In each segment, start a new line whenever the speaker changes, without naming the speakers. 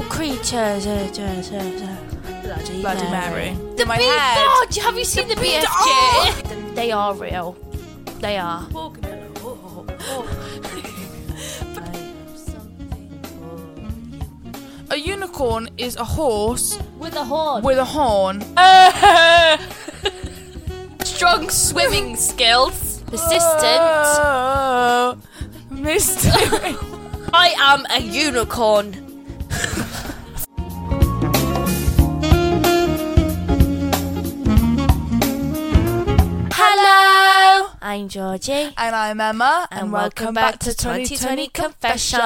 Cherry, cherry, cherry, cherry, cherry. uh, Bloody,
Bloody Mary.
The
My
beef
head.
dodge. Have you seen the, beef
dodge.
dodge? They are real. They are.
A unicorn is a horse
With a horn.
with a horn.
Strong swimming skills. Uh. Persistent.
Oh, mystery.
I am a unicorn.
Hello.
I'm Georgie.
And I'm Emma.
And, welcome, back, to 2020, Confessions.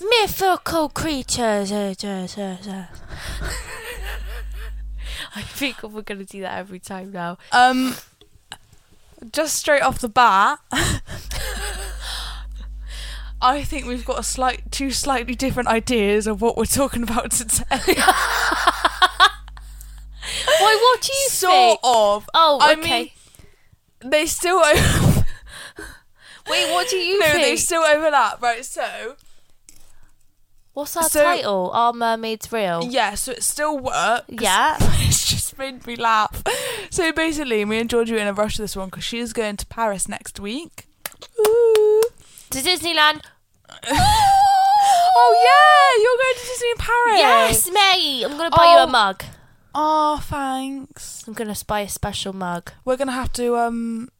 Mythical creatures. Uh, uh, uh, uh. I think we're going to do that every time now.
Um, just straight off the bat, I think we've got a slight, two slightly different ideas of what we're talking about today.
Why, what do you
sort
think?
of.
Oh,
I
okay.
mean, they still overlap.
Wait, what do you
no,
think?
they still overlap. Right, so
What's our
so-
title? Are mermaids real?
yeah, so it still works.
Yeah.
it's just made me laugh. So basically, me and Georgie were in a rush to this one because she is going to Paris next week. Oh, Ooh.
To Disneyland?
oh yeah, you're going to Disney in Paris.
Yes, mate. I'm going to buy you
Oh.
a mug.
Oh, thanks.
I'm going to buy a special mug.
We're gonna have to um.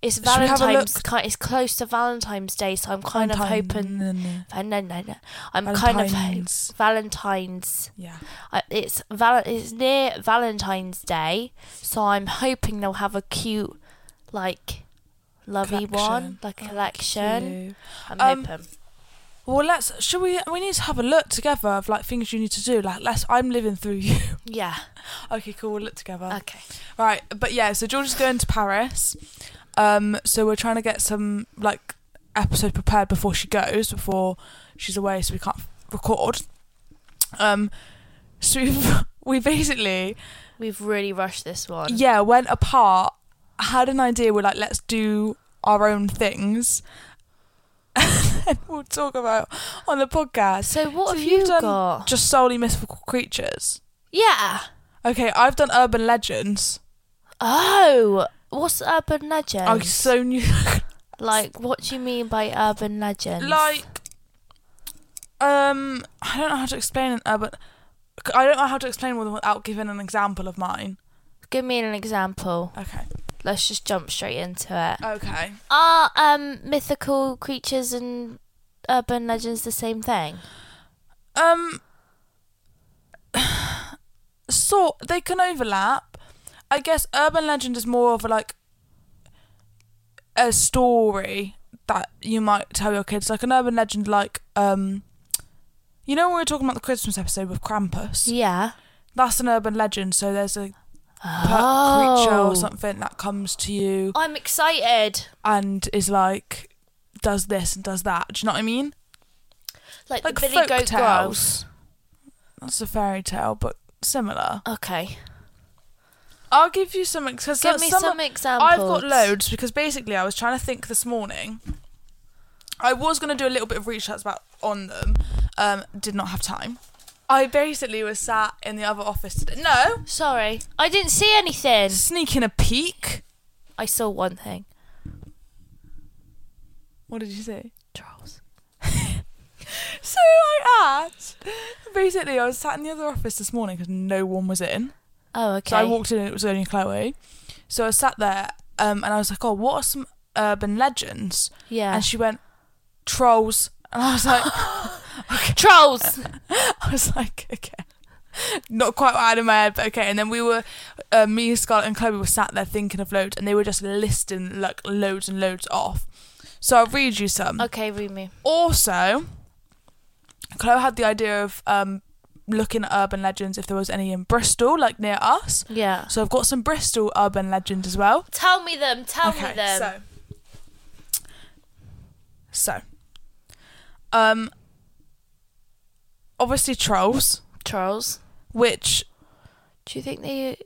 It's
we have a
Valentine's.
look?
ki- It's close to Valentine's Day, so I'm kind of hoping.
Valentine-
Uh, no, no, no. I'm kind of ho-
Valentine's.
Valentine's.
Yeah.
Uh, it's val- It's near Valentine's Day, so I'm hoping they'll have a cute, like, lovey one,
Collection. Oh,
like a collection.
Cute.
I'm
Um,
hoping.
Well, let's. Should we? We need to have a look together of like things you need to do. Like, let's. I'm living through you.
Yeah.
okay, cool. We'll look together.
Okay.
Right, but yeah, so George is going to Paris. Um, so we're trying to get some like episode prepared before she goes, before she's away, so we can't record. Um, so we've, we basically
We've really rushed this one.
yeah went apart, had an idea. We're like, let's do our own things, and we'll talk about on the podcast.
So what
So
have
you've
you
done
got?
Just solely mythical creatures.
Yeah.
Okay, I've done urban legends.
Oh, what's urban legend?
I so new.
like, what do you mean by urban legend?
like um i don't know how to explain it uh, but i don't know how to explain one without giving an example of mine
give me an example.
okay
Let's just jump straight into it.
okay
Are um mythical creatures and urban legends the same thing?
um so they can overlap i guess urban legend is more of a, like a story that you might tell your kids like an urban legend like um you know when we were talking about the christmas episode with krampus
Yeah.
that's an urban legend so there's a per- creature
Oh.
or something that comes to you
I'm excited.
and is like does this and does that. Do you know what I mean?
Like,
Like
the Billy
folk
Goat Girls.
tales. That's a fairy tale, but similar.
Okay.
I'll give you some because
Uh, Give me some, examples.
I've got loads because basically I was trying to think this morning. I was going to do a little bit of research about on them, um, did not have time. I basically was sat in the other office today. No,
Sorry, I didn't see anything.
sneaking a peek.
I saw one thing.
What did you say?
Trolls.
So I asked. Basically, I was sat in the other office this morning because no one was in.
Oh, okay.
So I walked in and it was only Chloe. So I sat there um, and I was like, oh, what are some urban legends?
yeah.
And she went, trolls. And I was like,
Trolls.
I was like, okay. Not quite what I had in my head, but okay. And then we were, uh, me, Scarlett, and Chloe were sat there thinking of loads and they were just listing like loads and loads off. So I'll read you some.
okay, Rumi.
Also, Chloe had the idea of um, looking at urban legends if there was any in Bristol, like near us.
Yeah.
So I've got some Bristol urban legends as well.
Tell me them. Tell me them.
So, so, um, obviously trolls,
Trolls.
which
Do you think they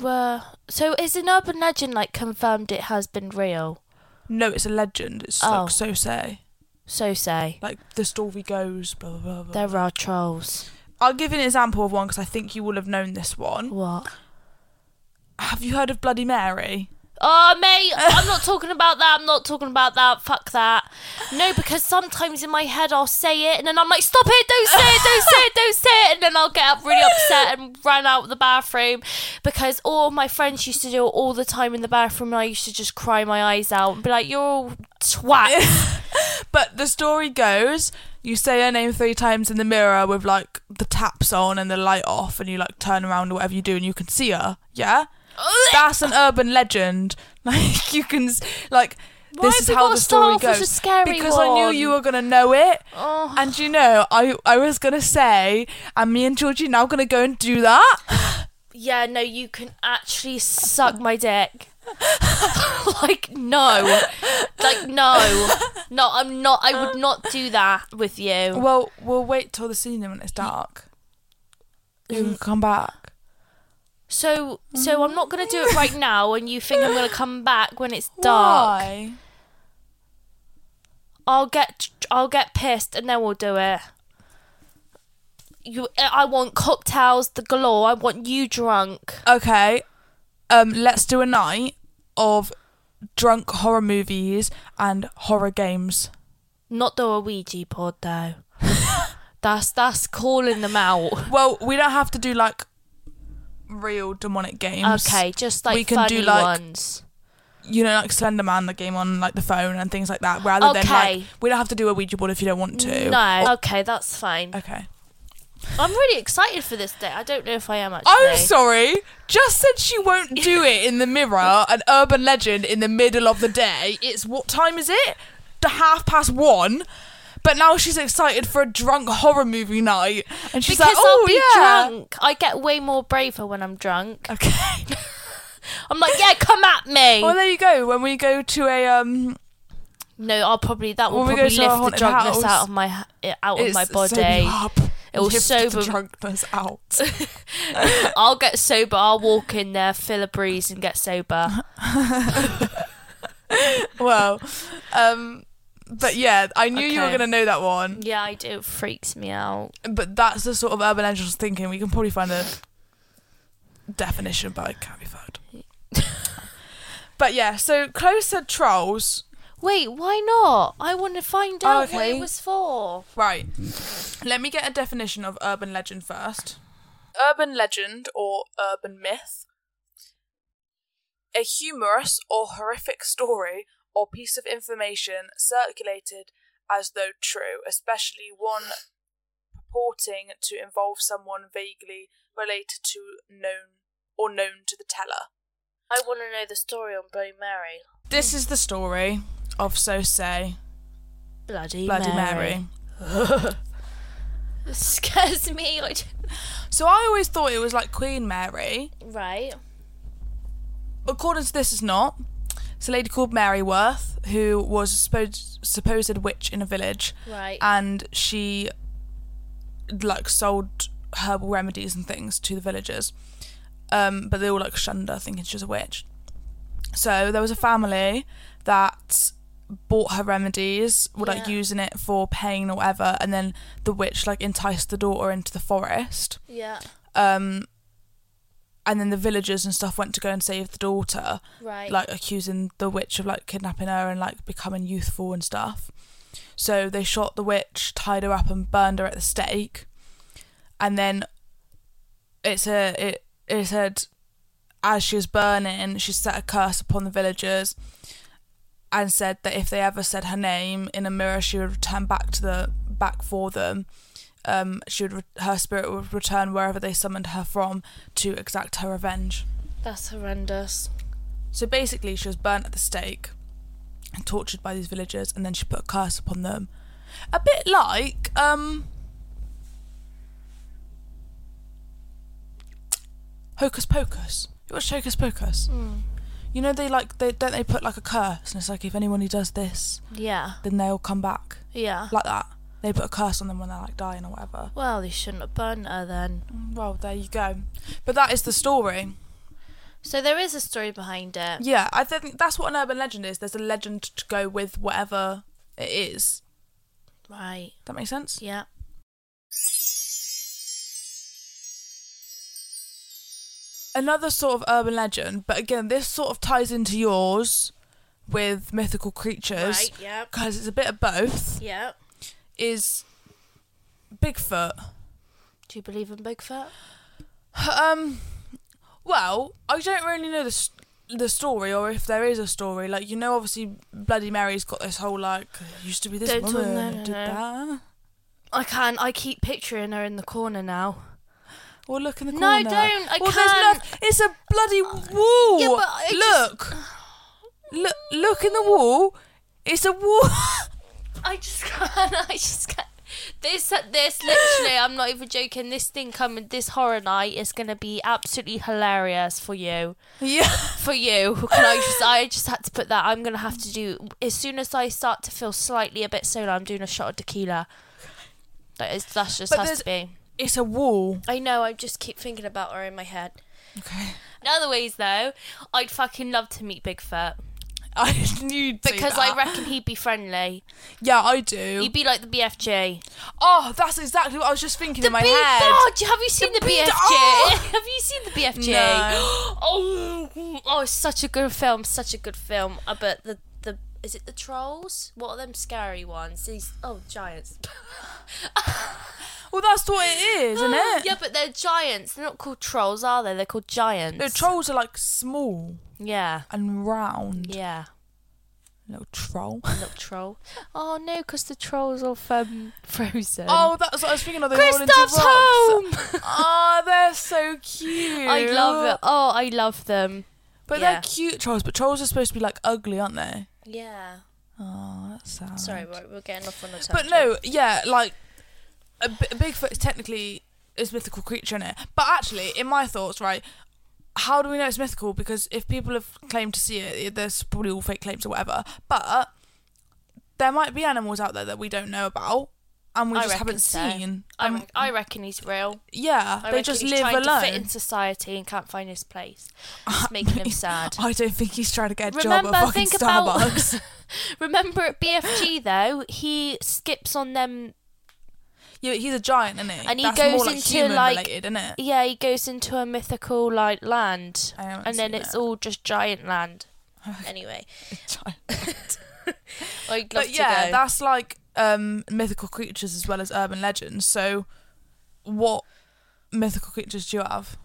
were? So is an urban legend like confirmed? It has been real.
no, it's a legend. It's
Oh.
like so say,
So say
like the story goes, blah blah blah. blah.
there are trolls.
I'll give you an example of one because I think you will have known this one.
What?
Have you heard of Bloody Mary?
Oh, mate, I'm not talking about that. I'm not talking about that. Fuck that. No, because sometimes in my head I'll say it and then I'm like, stop it, don't say it, don't say it, don't say it. And then I'll get up really upset and run out of the bathroom because all my friends used to do it all the time in the bathroom and I used to just cry my eyes out and be like, you're all twat.
But the story goes, you say her name three times in the mirror with like the taps on and the light off, and you like turn around or whatever you do, and you can see her. Yeah, that's an urban legend. Like you can, s- like
Why
this
have
is
you
how
gotta
the story
start off
goes.
with a scary
because I knew
one?
you were gonna know it,
oh.
and you know I I was gonna say, and me and Georgie now gonna go and do that.
Yeah, no, you can actually suck my dick. like no, like no, no, I'm not. I would not do that with you.
Well, we'll wait till the cinema when it's dark. You can come back.
So, so I'm not gonna do it right now, and you think I'm gonna come back when it's dark.
Why?
I'll get, I'll get pissed, and then we'll do it. You, I want cocktails, the galore. I want you drunk.
okay, um, let's do a night of drunk horror movies and horror games.
Not the Ouija board though. that's that's calling them out.
Well, we don't have to do like real demonic games.
Okay, just like
We can
funny
do, like,
ones.
You know, like Slender Man, the game on like the phone and things like that. Rather than like
Okay.
we don't have to do a Ouija board if you don't want to.
No, okay, that's fine.
Okay.
I'm really excited for this day. I don't know if I am actually.
I'm sorry. Just said she won't do it in the mirror. An urban legend in the middle of the day. It's what time is it? The half past one. But now she's excited for a drunk horror movie night, and she's
because
like, "Oh
I'll be
yeah."
drunk. I get way more braver when I'm drunk.
Okay.
I'm like, yeah, come at me.
well, there you go. When we go to a um,
no, I'll probably that will
When we go
probably
to our
lift the
haunted
drunkness
house,
out of my h- out of
it's
my
sober
body.
up.
It will
Lift
sober-
the drunkness out.
I'll get sober. I'll walk in there, feel a breeze, and get sober.
well, um, but yeah, I knew you were
Okay.
gonna know that one.
Yeah, I do. It freaks me out.
But that's the sort of urban legend I was thinking. We can probably find a definition, but I can't be found. but yeah, so Chloe said trolls.
Wait, why not? I want to find out what
Oh, Okay.
it was for.
Right. Let me get a definition of urban legend first. Urban legend or urban myth. A humorous or horrific story or piece of information circulated as though true, especially one purporting to involve someone vaguely related to known or known to the teller.
I want to know the story on Bloody Mary.
This is the story of So Say,
Bloody,
Bloody
Mary.
Mary.
It scares me. I don't-
So I always thought it was like Queen Mary.
right.
according to this, it's not. It's a lady called Mary Worth who was a supposed supposed witch in a village,
Right.
and she like sold herbal remedies and things to the villagers. Um, but they all like shunned her, thinking she was a witch. So there was a family that bought her remedies, were like
Yeah.
using it for pain or whatever, and then the witch like enticed the daughter into the forest
yeah.
um and then the villagers and stuff went to go and save the daughter
Right.
like accusing the witch of like kidnapping her and like becoming youthful and stuff so they shot the witch tied her up and burned her at the stake and then it's a it it said as she was burning she set a curse upon the villagers and said that if they ever said her name in a mirror she would return back to the back for them um, she would re- her spirit would return wherever they summoned her from to exact her revenge.
That's horrendous.
So basically, she was burnt at the stake and tortured by these villagers, and then she put a curse upon them. A bit like um, Hocus Pocus. You watched Hocus Pocus. You know they like they don't they put like a curse, and it's like if anyone who does this,
Yeah.
then they'll come back
Yeah.
like that. They put a curse on them when they're like dying or whatever.
Well, they shouldn't have burnt her then.
Hmm, Well, there you go. But that is the story.
So there is a story behind it.
Yeah, I think that's what an urban legend is. There's a legend to go with whatever it is.
Right.
That makes sense?
Yeah.
another sort of urban legend, but again, this sort of ties into yours with mythical creatures
Right, yep.
because it's a bit of both.
Yeah.
Is Bigfoot?
Do you believe in Bigfoot?
Um, well, I don't really know the s the story or if there is a story. Like you know, obviously Bloody Mary's got this whole like used to be this
Don't talk-
woman
no, no,
who did
no.
that.
I can't. I keep picturing her in the corner now.
Well, look in the
No,
corner.
don't, I
well, there's
can't.
noth- It's a bloody wall.
Yeah, but I
look, look, look in the wall. It's a wall.
I just can't. I just can't. This, uh, this, literally, I'm not even joking. This thing coming, this horror night is gonna be absolutely hilarious for you.
yeah.
For you, can I just? I just had to put that. I'm gonna have to do as soon as I start to feel slightly a bit solo. I'm doing a shot of tequila. That is, that's just
But
has to be.
It's a wall.
I know. I just keep thinking about her in my head.
Okay.
In other ways, though, I'd fucking love to meet Bigfoot
I knew you'd do
because
that.
I reckon he'd be friendly.
Yeah, I do.
He'd be like the BFG.
oh, that's exactly what I was just thinking in my
B-
head.
God, have you seen the,
B-
BFG?
Oh!
Have you seen the BFG?
No.
Oh, oh, it's such a good film. Such a good film. I bet the the is it the trolls? What are them scary ones? These oh giants.
Well, that's what it is, isn't it?
Yeah, but they're giants. They're not called trolls, are they? They're called giants.
The trolls are like small
yeah.
and round.
Yeah,
Little troll.
little troll. Oh no, because the trolls are um, frozen.
Oh, that's what I was thinking of. They roll into
Kristoff's
rocks.
home.
Oh, they're so cute.
I love it. Oh, I love them.
But
Yeah.
they're cute trolls. But trolls are supposed to be like ugly, aren't they?
Yeah.
Oh, that's sad.
Sorry, we're, we're getting off on a tangent.
But no, yeah, like a b- Bigfoot is technically is mythical creature in it. But actually, in my thoughts, right, how do we know it's mythical? Because if people have claimed to see it, there's probably all fake claims or whatever. But there might be animals out there that we don't know about. And we
I
just haven't
reckon so.
seen.
I,
Um,
re- I reckon he's real.
yeah,
I
they
reckon
just
he's
live
trying
alone.
to fit in society and can't find his place. It's making him sad.
I don't think he's trying to get a job at
Remember,
fucking
think about.
Starbucks.
remember at BFG though, he skips on them.
yeah, but he's a giant, isn't he?
And he
That's
goes
more like
into,
human
like-
related, isn't it?
Yeah, he goes into a mythical like land,
I haven't
and then
seen
it's
it.
all just giant land. Anyway, I'd love
but yeah,
to go.
that's like um, mythical creatures as well as urban legends. So, what mythical creatures do you have?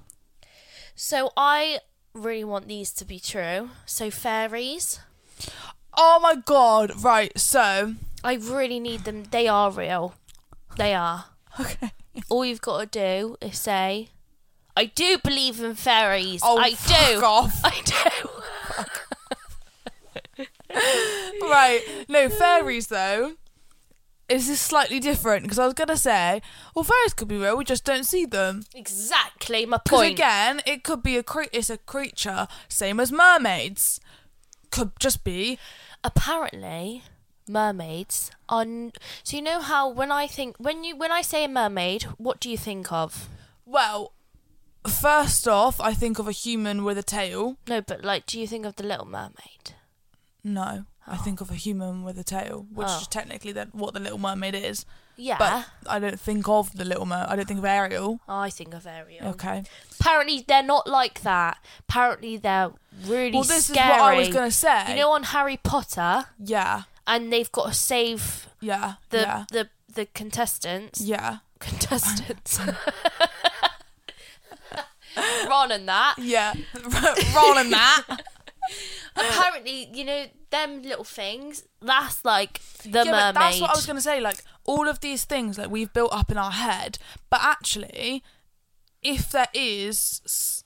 so I really want these to be true. So fairies.
Oh my god! Right, so
I really need them. They are real. They are. Okay. All you've got to do is say, I do believe in fairies.
oh,
I
fuck
do.
off.
I do.
right, no fairies though. Is this slightly different? Because I was gonna say, well, fairies could be real. We just don't see them.
Exactly my
Because
point.
again, it could be a cre- it's a creature, same as mermaids. Could just be
Apparently, mermaids are. N- so you know how when I think when you when I say a mermaid, what do you think of?
well. First off, I think of a human with a tail.
No, but like, do you think of the Little Mermaid?
No, I think of a human with a tail, which
Oh. Uh-huh.
is technically that what the Little Mermaid is.
Yeah,
But I don't think of the Little Mermaid. I don't think of Ariel.
I think of Ariel.
Okay.
Apparently, they're not like that. Apparently, they're really
Well, this
scary.
is what I was gonna say.
You know, on Harry Potter,
yeah,
and they've got to save
yeah,
the
yeah,
the the contestants.
yeah,
Contestants. Ron and that.
yeah. Rolling that.
Apparently, you know them little things. That's like the
yeah,
mermaid.
but that's what I was gonna say. Like all of these things, like we've built up in our head, but actually, if there is s-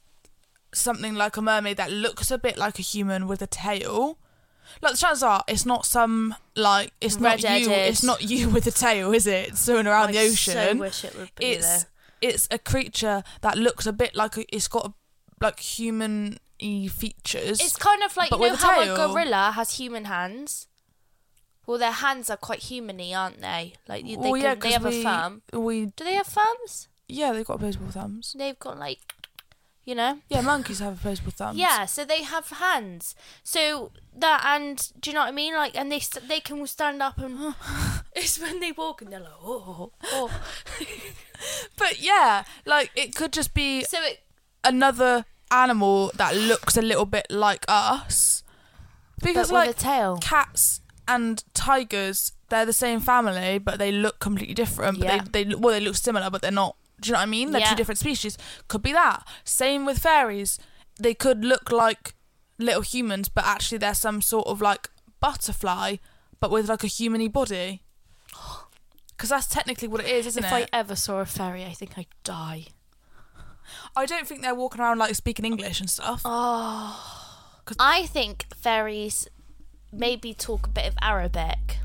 something like a mermaid that looks a bit like a human with a tail, like the chances are it's not some like it's not you.
Red-headed.
It's not you with a tail, is it? Swimming around the
I so
ocean.
wish it would be
it's
though.
it's a creature that looks a bit like a, it's got like human features.
It's kind of like
but
you know
with a
how
tail.
a gorilla has human hands. Well, their hands are quite humany, aren't they? Like you- they,
Well, yeah,
can, they
'cause
have
we,
a thumb.
We
Do they have thumbs?
yeah, they've got opposable thumbs.
They've got like, you know.
Yeah, monkeys have opposable thumbs.
Yeah, so they have hands. So that and do you know what I mean? Like, and they st- they can stand up and it's when they walk and they're like, oh, oh.
But yeah, like it could just be
so it
another animal that looks a little bit like us. Because
but
like
with a tail.
cats and tigers, they're the same family, but they look completely different. But
Yeah.
they, they well, they look similar, but they're not. Do you know what I mean? They're
Yeah.
two different species. Could be that. Same with fairies. They could look like little humans, but actually they're some sort of like butterfly, but with like a humany body. Because that's technically what it is, isn't
If
it?
I ever saw a fairy, I think I'd die.
I don't think they're walking around like speaking English and stuff. Oh.
I think fairies maybe talk a bit of Arabic.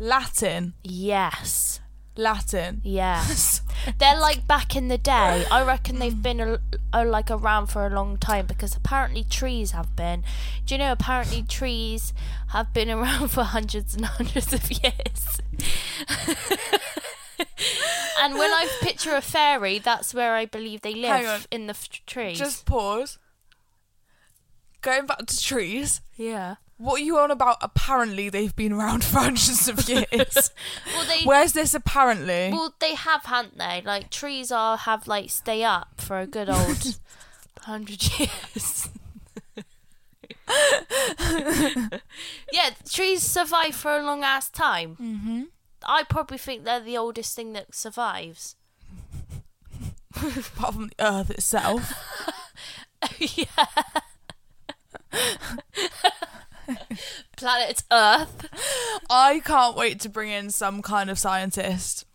Latin,
Yes.
Latin.
Yeah.
Sorry.
They're like back in the day. I reckon
Mm.
they've been a, a, like around for a long time because apparently trees have been. Do you know? Apparently trees have been around for hundreds and hundreds of years. and when I picture a fairy, that's where I believe they
Hang on.
live in the f- trees.
Just pause. Going back to trees.
yeah.
What are you on about? Apparently, they've been around for hundreds of years.
Well, they
Where's this apparently?
well they have, haven't they? Like trees are have like stay up for a good old hundred years. yeah, trees survive for a long ass time. Mm-hmm. I probably think they're the oldest thing that survives.
Apart from the earth itself.
yeah. Planet Earth.
I can't wait to bring in some kind of scientist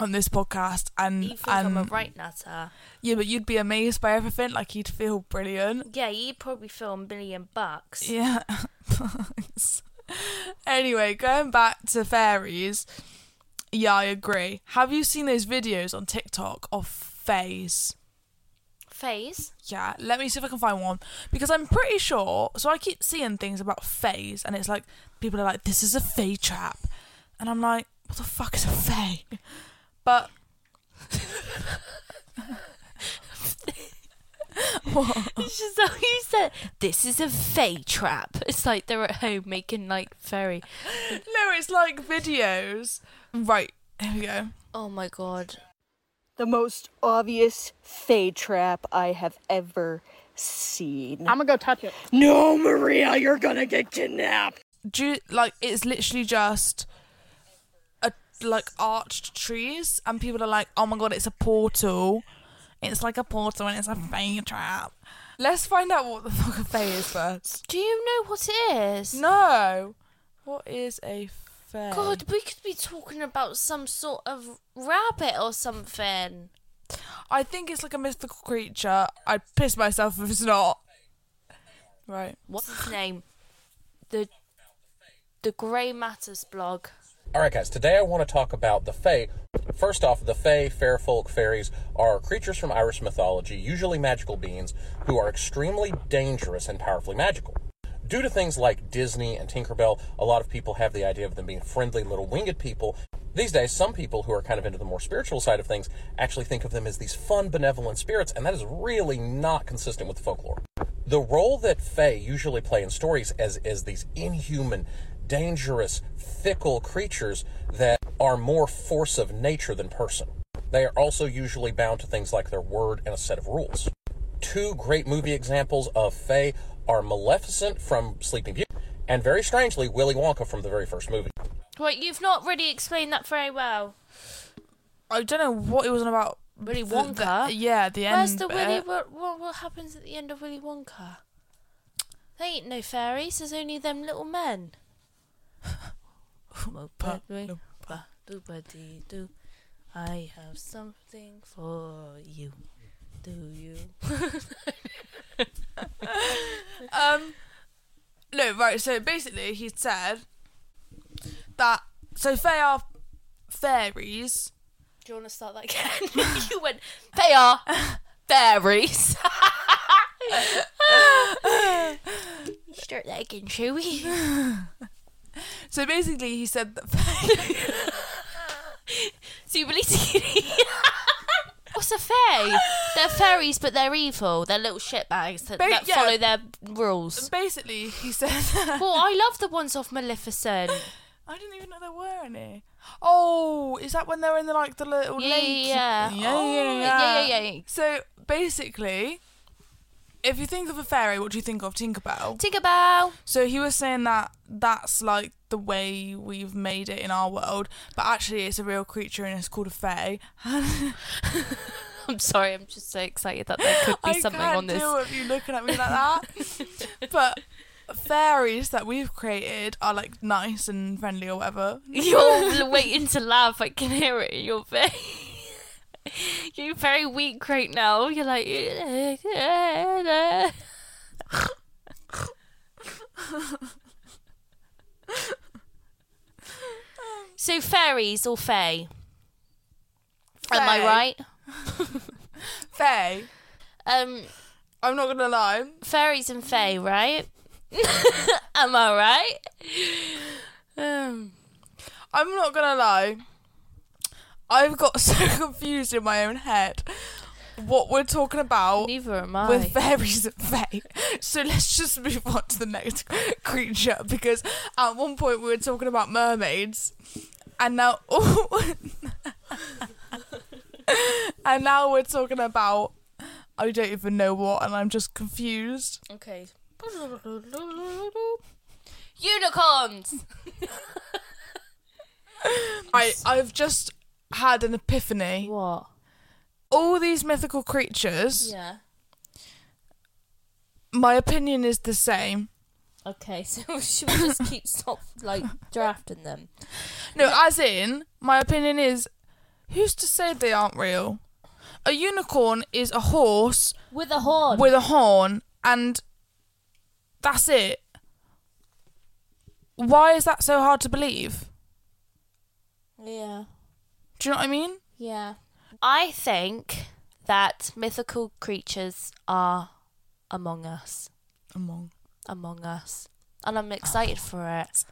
on this podcast. And,
You think I'm
and
a right nutter?
yeah, but you'd be amazed by everything. Like, you'd feel brilliant.
Yeah, you probably feel a million bucks.
Yeah. anyway, going back to fairies. Yeah, I agree. Have you seen those videos on TikTok of fays?
Phase.
Yeah, let me see if I can find one because I'm pretty sure. So I keep seeing things about fays, and it's like people are like, "This is a fay trap," and I'm like, "What the fuck is a fay?" But
It's just how you said this is a fay trap. It's like they're at home making like fairy.
no, it's like videos. Right here we go.
Oh my god.
the most obvious fay trap I have ever seen.
I'm gonna go touch it.
no, Maria, you're gonna get kidnapped.
Do you, like it's literally just a like arched trees, and people are like, "Oh my god, it's a portal." It's like a portal, and it's a fay trap. Let's find out what the fuck a fay is first.
Do you know what it is?
No. What is a fay?
God, we could be talking about some sort of rabbit or something.
I think it's like a mythical creature. I'd piss myself if it's not. Right.
What's his name? The the Grey Matters blog.
All right, guys, today I want to talk about the Fae. First off, the Fae, fair folk, fairies, are creatures from Irish mythology, usually magical beings, who are extremely dangerous and powerfully magical. Due to things like Disney and Tinkerbell, a lot of people have the idea of them being friendly little winged people. These days, some people who are kind of into the more spiritual side of things actually think of them as these fun, benevolent spirits, and that is really not consistent with folklore the role that Fae usually play in stories as is these inhuman, dangerous, fickle creatures that are more force of nature than person. They are also usually bound to things like their word and a set of rules. Two great movie examples of Fae are Maleficent from Sleeping Beauty and very strangely Willy Wonka from the very first movie.
Right, you've not really explained that very well.
I don't know what it was on about.
Willy
The-
Wonka?
The, yeah, the end.
Where's the
bit.
Willy? What, what what happens at the end of Willy Wonka? There ain't no fairies. There's only them little men.
Pa-
Broadway.
no.
Ba- do ba dee do. I have something for you. Do you?
Um. No, right. So basically, he said that. So Fae are fairies.
Do you want to start that again? you went. They are fairies. Start that again, shall we?
So basically, he said that Fae.
What's a fae? They're fairies, but they're evil. They're little shitbags that,
Ba-
that
yeah.
follow their rules.
basically, he said that.
Well, I love the ones off Maleficent.
I didn't even know there were any. Oh, is that when they're in the like the little
Yeah,
lake?
yeah, yeah.
Yeah,
Oh,
yeah,
yeah, yeah, yeah.
So basically, if you think of a fairy, what do you think of Tinkerbell?
Tinkerbell.
So he was saying that that's like the way we've made it in our world, but actually it's a real creature and it's called a fae.
I'm sorry, I'm just so excited that there could be
I
something
can't
on this.
deal with you looking at me like that. but fairies that we've created are like nice and friendly or whatever.
You're waiting to laugh. I can hear it in your face. You're very weak right now. You're like. so fairies or fae? Am I
Fae.
right?
Fae.
Um,
I'm not gonna lie.
fairies and fae, right? Am I right?
Oh.
Um,
I'm not gonna lie. I've got so confused in my own head what we're talking about
neither am I.
with fairies and fae. So let's just move on to the next creature because at one point we were talking about mermaids, and now and now we're talking about I don't even know what, and I'm just confused.
Okay. Unicorns.
I I've just had an epiphany.
What?
All these mythical creatures.
Yeah.
my opinion is the same.
Okay, so should we just keep stop like drafting them?
No, as in, my opinion is who's to say they aren't real? A unicorn is a horse
With a horn.
with a horn, and that's it. Why is that so hard to believe?
yeah.
Do you know what I mean?
Yeah. I think that mythical creatures are among us.
Among.
Among us. And I'm excited for it.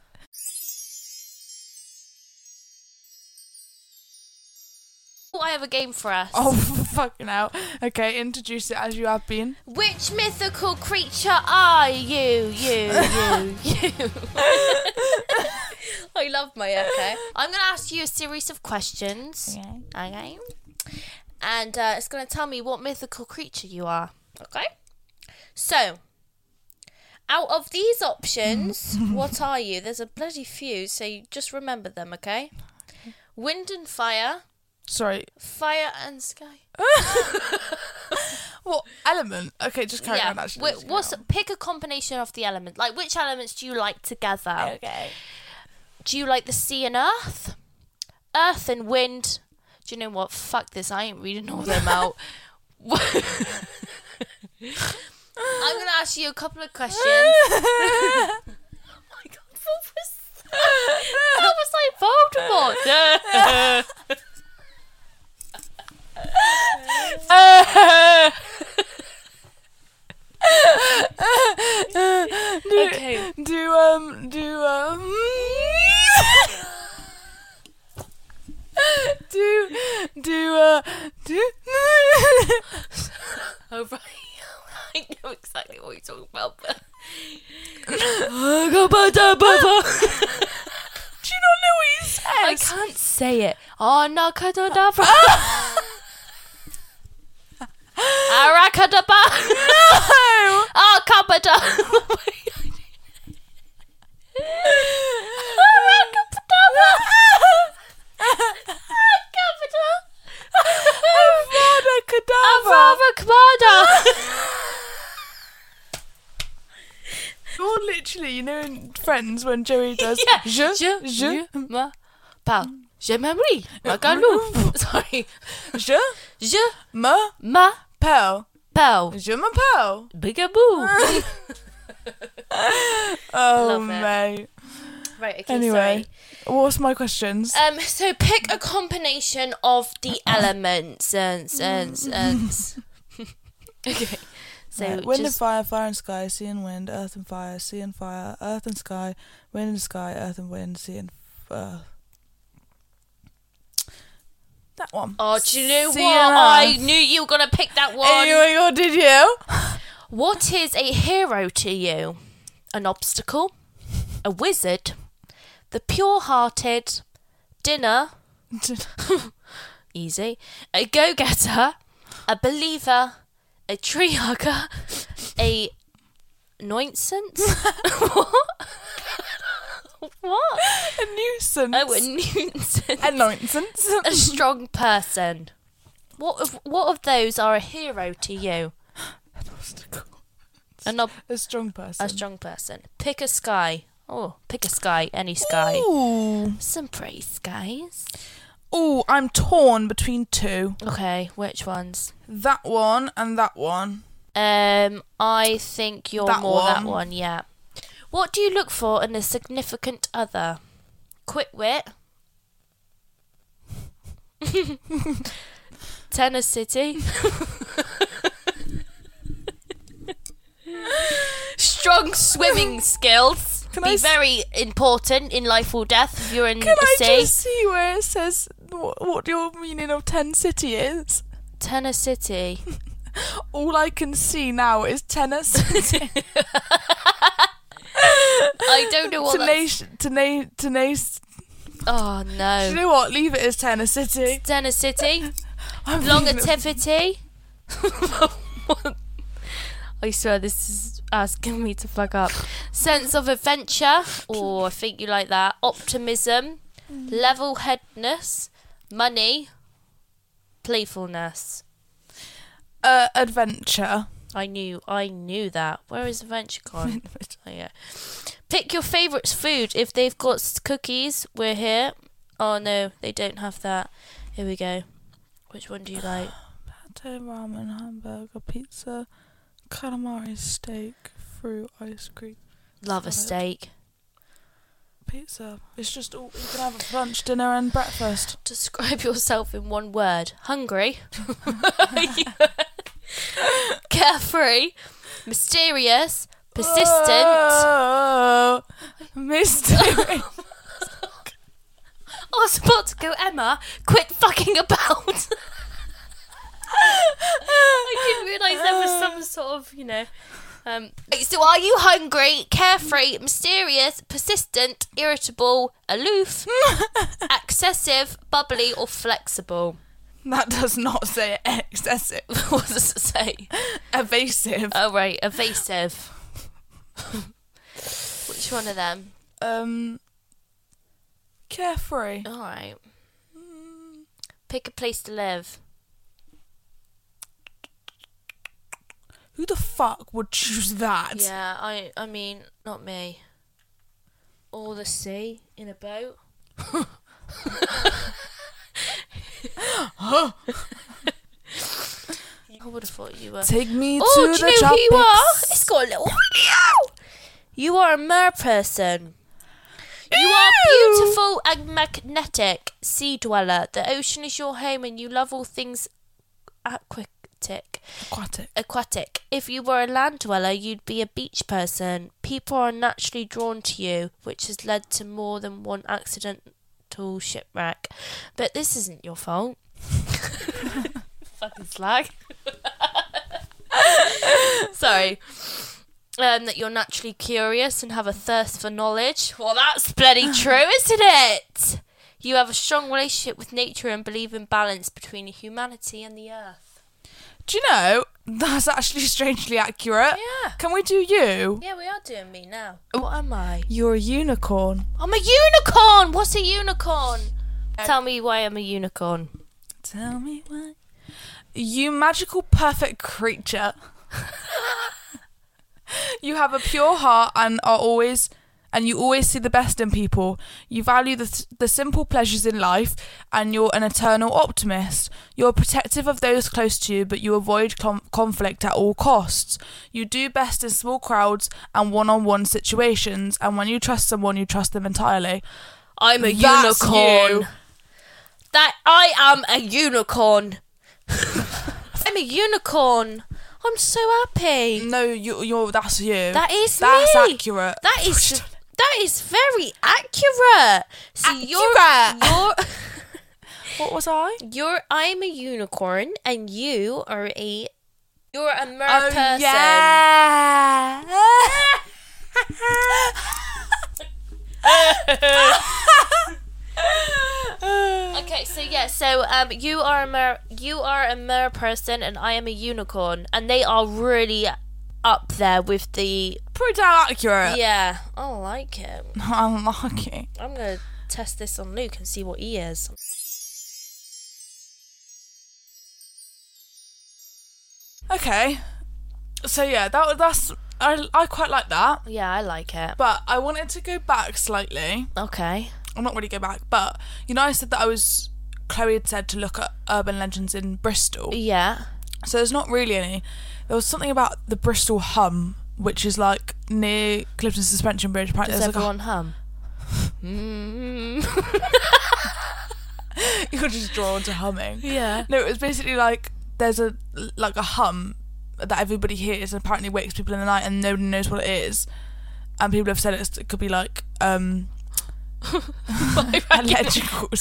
Oh, I have a game for us.
Oh, fucking hell. Okay, introduce it as you have been.
Which mythical creature are you? You, you, you. I love my okay. I'm going to ask you a series of questions. Okay. And uh, it's going to tell me what mythical creature you are. Okay. So, out of these options, what are you? There's a bloody few, so you just remember them, okay? Wind and fire,
Sorry.
fire and sky.
What element? Okay, just carry on actually.
wh- what's pick a combination of the elements? Like which elements do you like together?
Okay.
Do you like the sea and earth? Earth and wind. Do you know what? Fuck this. I ain't reading all them out. I'm gonna ask you a couple of questions. oh my god, what was that? That was like Voldemort. okay.
Do, um, do, um. do, do, uh, do.
Oh right. I know exactly what you're talking about. But...
Do you not know what he says?
I can't say it. Oh no, kadadabra. Arakadaba.
No!
Oh, kabada. Arakadabra. Kabada.
Avada Kedavra.
Arakabada.
Or literally, you know, in Friends when Joey does
Yeah.
je, Euh,
Je,
je,
je me parle. Je m'aimerie.
oh.
Magalou. Sorry.
je,
Je
me,
m'appelle.
pel, je me pel.
Bigaboo.
Oh,
Love it.
mate.
right, okay,
Anyway, what's my questions?
Um, so pick a combination of the elements. And, and, and. okay. So
Right, wind and
just
fire, fire and sky, sea and wind, earth and fire, sea and fire, earth and sky, wind and sky, earth and wind, sea and f- earth. That one.
Oh, do you know
Sea
what?
and
I
earth.
knew you were gonna pick that one.
Hey, oh my god, did you?
What is a hero to you? An obstacle, a wizard, the pure-hearted, dinner, easy, a go getter, a believer, a tree hugger, a nuisance. what? What?
a nuisance.
Oh, a nuisance.
a nonsense.
a strong person. What of what of those are a hero to you? An ob-
a strong person.
a strong person. Pick a sky. Oh, pick a sky, any sky.
Ooh.
Some pretty skies.
Ooh, I'm torn between two.
Okay, which ones?
That one and that one.
Um, I think you're
That
more that
one.
one. Yeah. What do you look for in a significant other? Quick wit. Tenacity. Strong swimming skills.
Can
be
I s-
very important in life or death if you're in
Can
the
I
sea.
just see where it says what, what your meaning of ten city is?
Tenacity.
All I can see now is tennis,
I don't know what that's...
tenacious, tena- tenace.
Oh,
Do you
no.
know what? Leave it as tennis city.
Tenacity.
I'm leaving it-
Longevity. I swear this is asking me to fuck up. Sense of adventure, or I think you like that. Optimism, level headedness, money, playfulness.
Uh, adventure.
I knew, I knew that. Where is adventure gone? oh, yeah. Pick your favourite food. If they've got s- cookies, we're here. Oh no, they don't have that. Here we go. Which one do you like?
Pate, ramen, hamburger, pizza, calamari, steak, fruit, ice cream,
Love a steak.
pizza. It's just all you can have at lunch, dinner, and breakfast.
Describe yourself in one word. Hungry. Carefree. Mysterious. Persistent.
Oh, mystery.
I was Oh, about to go, Emma, quit fucking about. I didn't realise there was some sort of, you know. Um, so, are you hungry, carefree, mysterious, persistent, irritable, aloof, excessive, bubbly, or flexible?
that does not say excessive,
what does it say?
evasive.
Oh right, evasive. Which one of them?
Um, carefree.
All right. Pick a place to live.
Who the fuck would choose that?
Yeah, I I mean, not me. Or the sea in a boat. I would have thought you were.
Take me
Oh,
to
do
the
you know who you are?
tropics.
It's got a little video. You are a mer person. You are
Ew.
beautiful and magnetic, sea dweller. The ocean is your home, and you love all things aquatic.
Aquatic.
Aquatic. If you were a land dweller, you'd be a beach person. People are naturally drawn to you, which has led to more than one accidental shipwreck. But this isn't your fault. Fucking slag. Sorry. Um, that you're naturally curious and have a thirst for knowledge. Well, that's bloody true, isn't it? You have a strong relationship with nature and believe in balance between humanity and the earth.
Do you know that's actually strangely accurate?
Yeah.
Can we do you?
Yeah, we are doing me now. What am I?
You're a unicorn.
I'm a unicorn. What's a unicorn? Tell me why I'm a unicorn.
Tell me why. You magical, perfect creature. you have a pure heart and are always, and you always see the best in people. You value the, the simple pleasures in life, and you're an eternal optimist. You're protective of those close to you, but you avoid com- conflict at all costs. You do best in small crowds and one on one situations, and when you trust someone, you trust them entirely.
I'm a
That's
unicorn.
you.
That I am a unicorn. I'm a unicorn. I'm so happy.
No, you, you're that's you.
That is
that's
me.
accurate.
That is that is very accurate. See,
Accurate.
you're you're
What was I?
You're I'm a unicorn and you are a you're a mer
Oh
person.
yeah.
yeah, so um, you are a mer, you are a mer person, and I am a unicorn, and they are really up there with the
Pretty damn accurate.
yeah. I like it.
I'm lucky.
I'm gonna test this on Luke and see what he is.
Okay. So yeah, that wa- that's I I quite like that.
Yeah, I like it.
But I wanted to go back slightly.
Okay.
I'm not really go back, but you know I said that I was Chloe had said to look at urban legends in Bristol.
Yeah.
So there's not really any. There was something about the Bristol Hum, which is like near Clifton Suspension Bridge. Apparently,
Does
there's like
everyone hum?
a, you're just drawn to humming.
Yeah.
No, it was basically like there's a like a hum that everybody hears and apparently wakes people in the night and nobody knows what it is. And people have said it's, it could be like um electrical.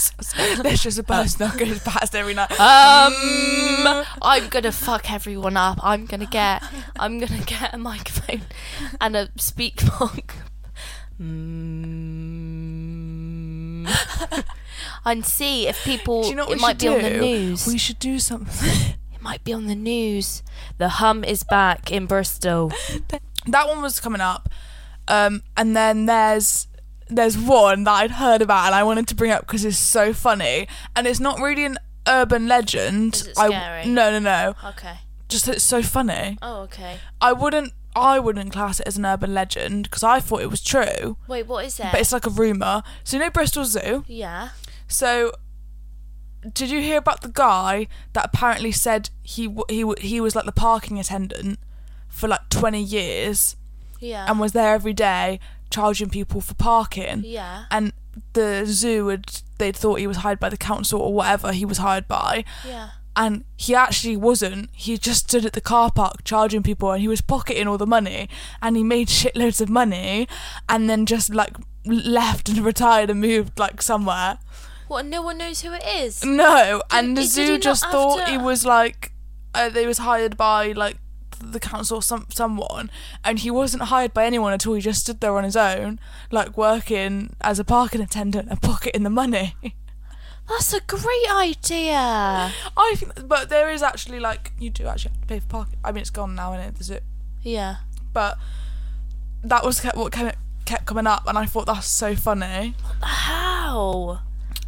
Let's just a person that goes past every night.
Oh,
Mm.
Um, I'm gonna fuck everyone up. I'm gonna get, I'm gonna get a microphone and a speak box. Mm. and see if people.
do you know what
it
we
might
should
be on the
do?
news.
We should do something.
it might be on the news. The hum is back in Bristol.
that one was coming up, um, and then there's there's one that I'd heard about and I wanted to bring up because it's so funny and it's not really an urban legend.
Is it
I,
scary?
no, no, no.
Okay.
Just that it's so funny.
Oh, okay.
I wouldn't I wouldn't class it as an urban legend because I thought it was true,
Wait, what is that?
but it's like a rumor. So you know Bristol Zoo.
yeah.
So did you hear about the guy that apparently said he w- he w- he was like the parking attendant for like 20 years
Yeah.
and was there every day charging people for parking?
yeah.
And the zoo would they thought he was hired by the council or whatever he was hired by.
yeah.
and he actually wasn't. He just stood at the car park charging people, and he was pocketing all the money, and he made shitloads of money, and then just like left and retired and moved like somewhere.
What? No one knows who it
Mm.
is.
No, and the
did he
zoo
not
just
have
thought
to-
he was like uh, they was hired by like the council or some someone, and he wasn't hired by anyone at all. He just stood there on his own, like working as a parking attendant and pocketing the money.
That's a great idea.
I think, but there is actually like you do actually have to pay for parking. I mean, it's gone now, and the zoo.
Yeah.
but that was kept, what kept, kept coming up, and I thought that's so funny.
How?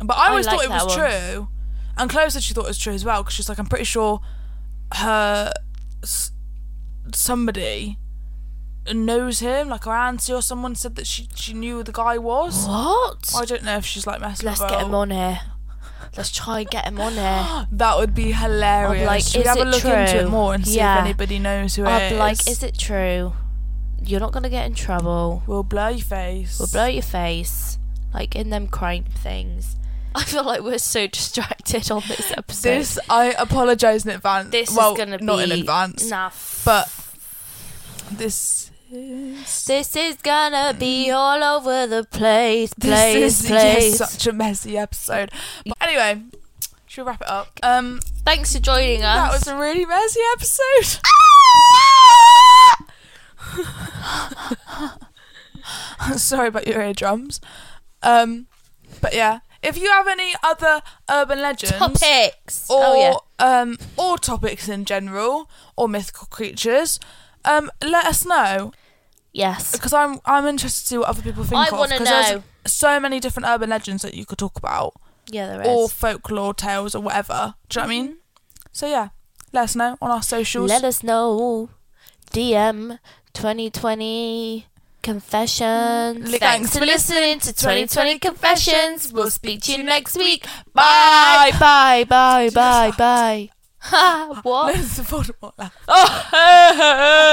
But I always
like
thought it
that
was
one.
true, and Chloe said she thought it was true as well because she's like, I'm pretty sure her s- somebody knows him, like her auntie or someone said that she she knew who the guy was.
What?
I don't know if she's like messing
Let's
about.
get him on here. Let's try and get him on here.
That would be hilarious.
like,
Should we
is
have a
it
look into
true?
it more and see
Yeah.
if anybody knows who
I'd
it
be
is.
like, is it true? You're not gonna get in trouble.
We'll blur your face.
We'll blow your face, like in them crime things. I feel like we're so distracted on this episode.
This I apologise in advance.
This
well,
is gonna
not
be
in advance.
Nah, f-
But this is
this is gonna be all over the place, place,
Mm. this is
place.
yes, such a messy episode. But anyway, should we wrap it up? Um,
Thanks for joining
that
us.
was a really messy episode.
Ah!
Sorry about your eardrums. Um, but yeah, if you have any other urban legends
Topics.
or
oh yeah.
um or topics in general or mythical creatures, um, let us know.
Yes.
because I'm I'm interested to see what other people think.
I
of,
wanna
'cause there's
know.
so many different urban legends that you could talk about,
Yeah, there is.
or folklore tales, or whatever. Do you know what I mean? So yeah, let us know on our socials.
Mm-hmm. Let us know. DM 2020 Confessions.
Li-
Thanks
thanks
for
for
listening to 2020 Confessions. We'll speak to you next week. Bye,
Bye.
bye, bye, bye, bye. Ha, what?
There's the Voldemort laugh.
Oh,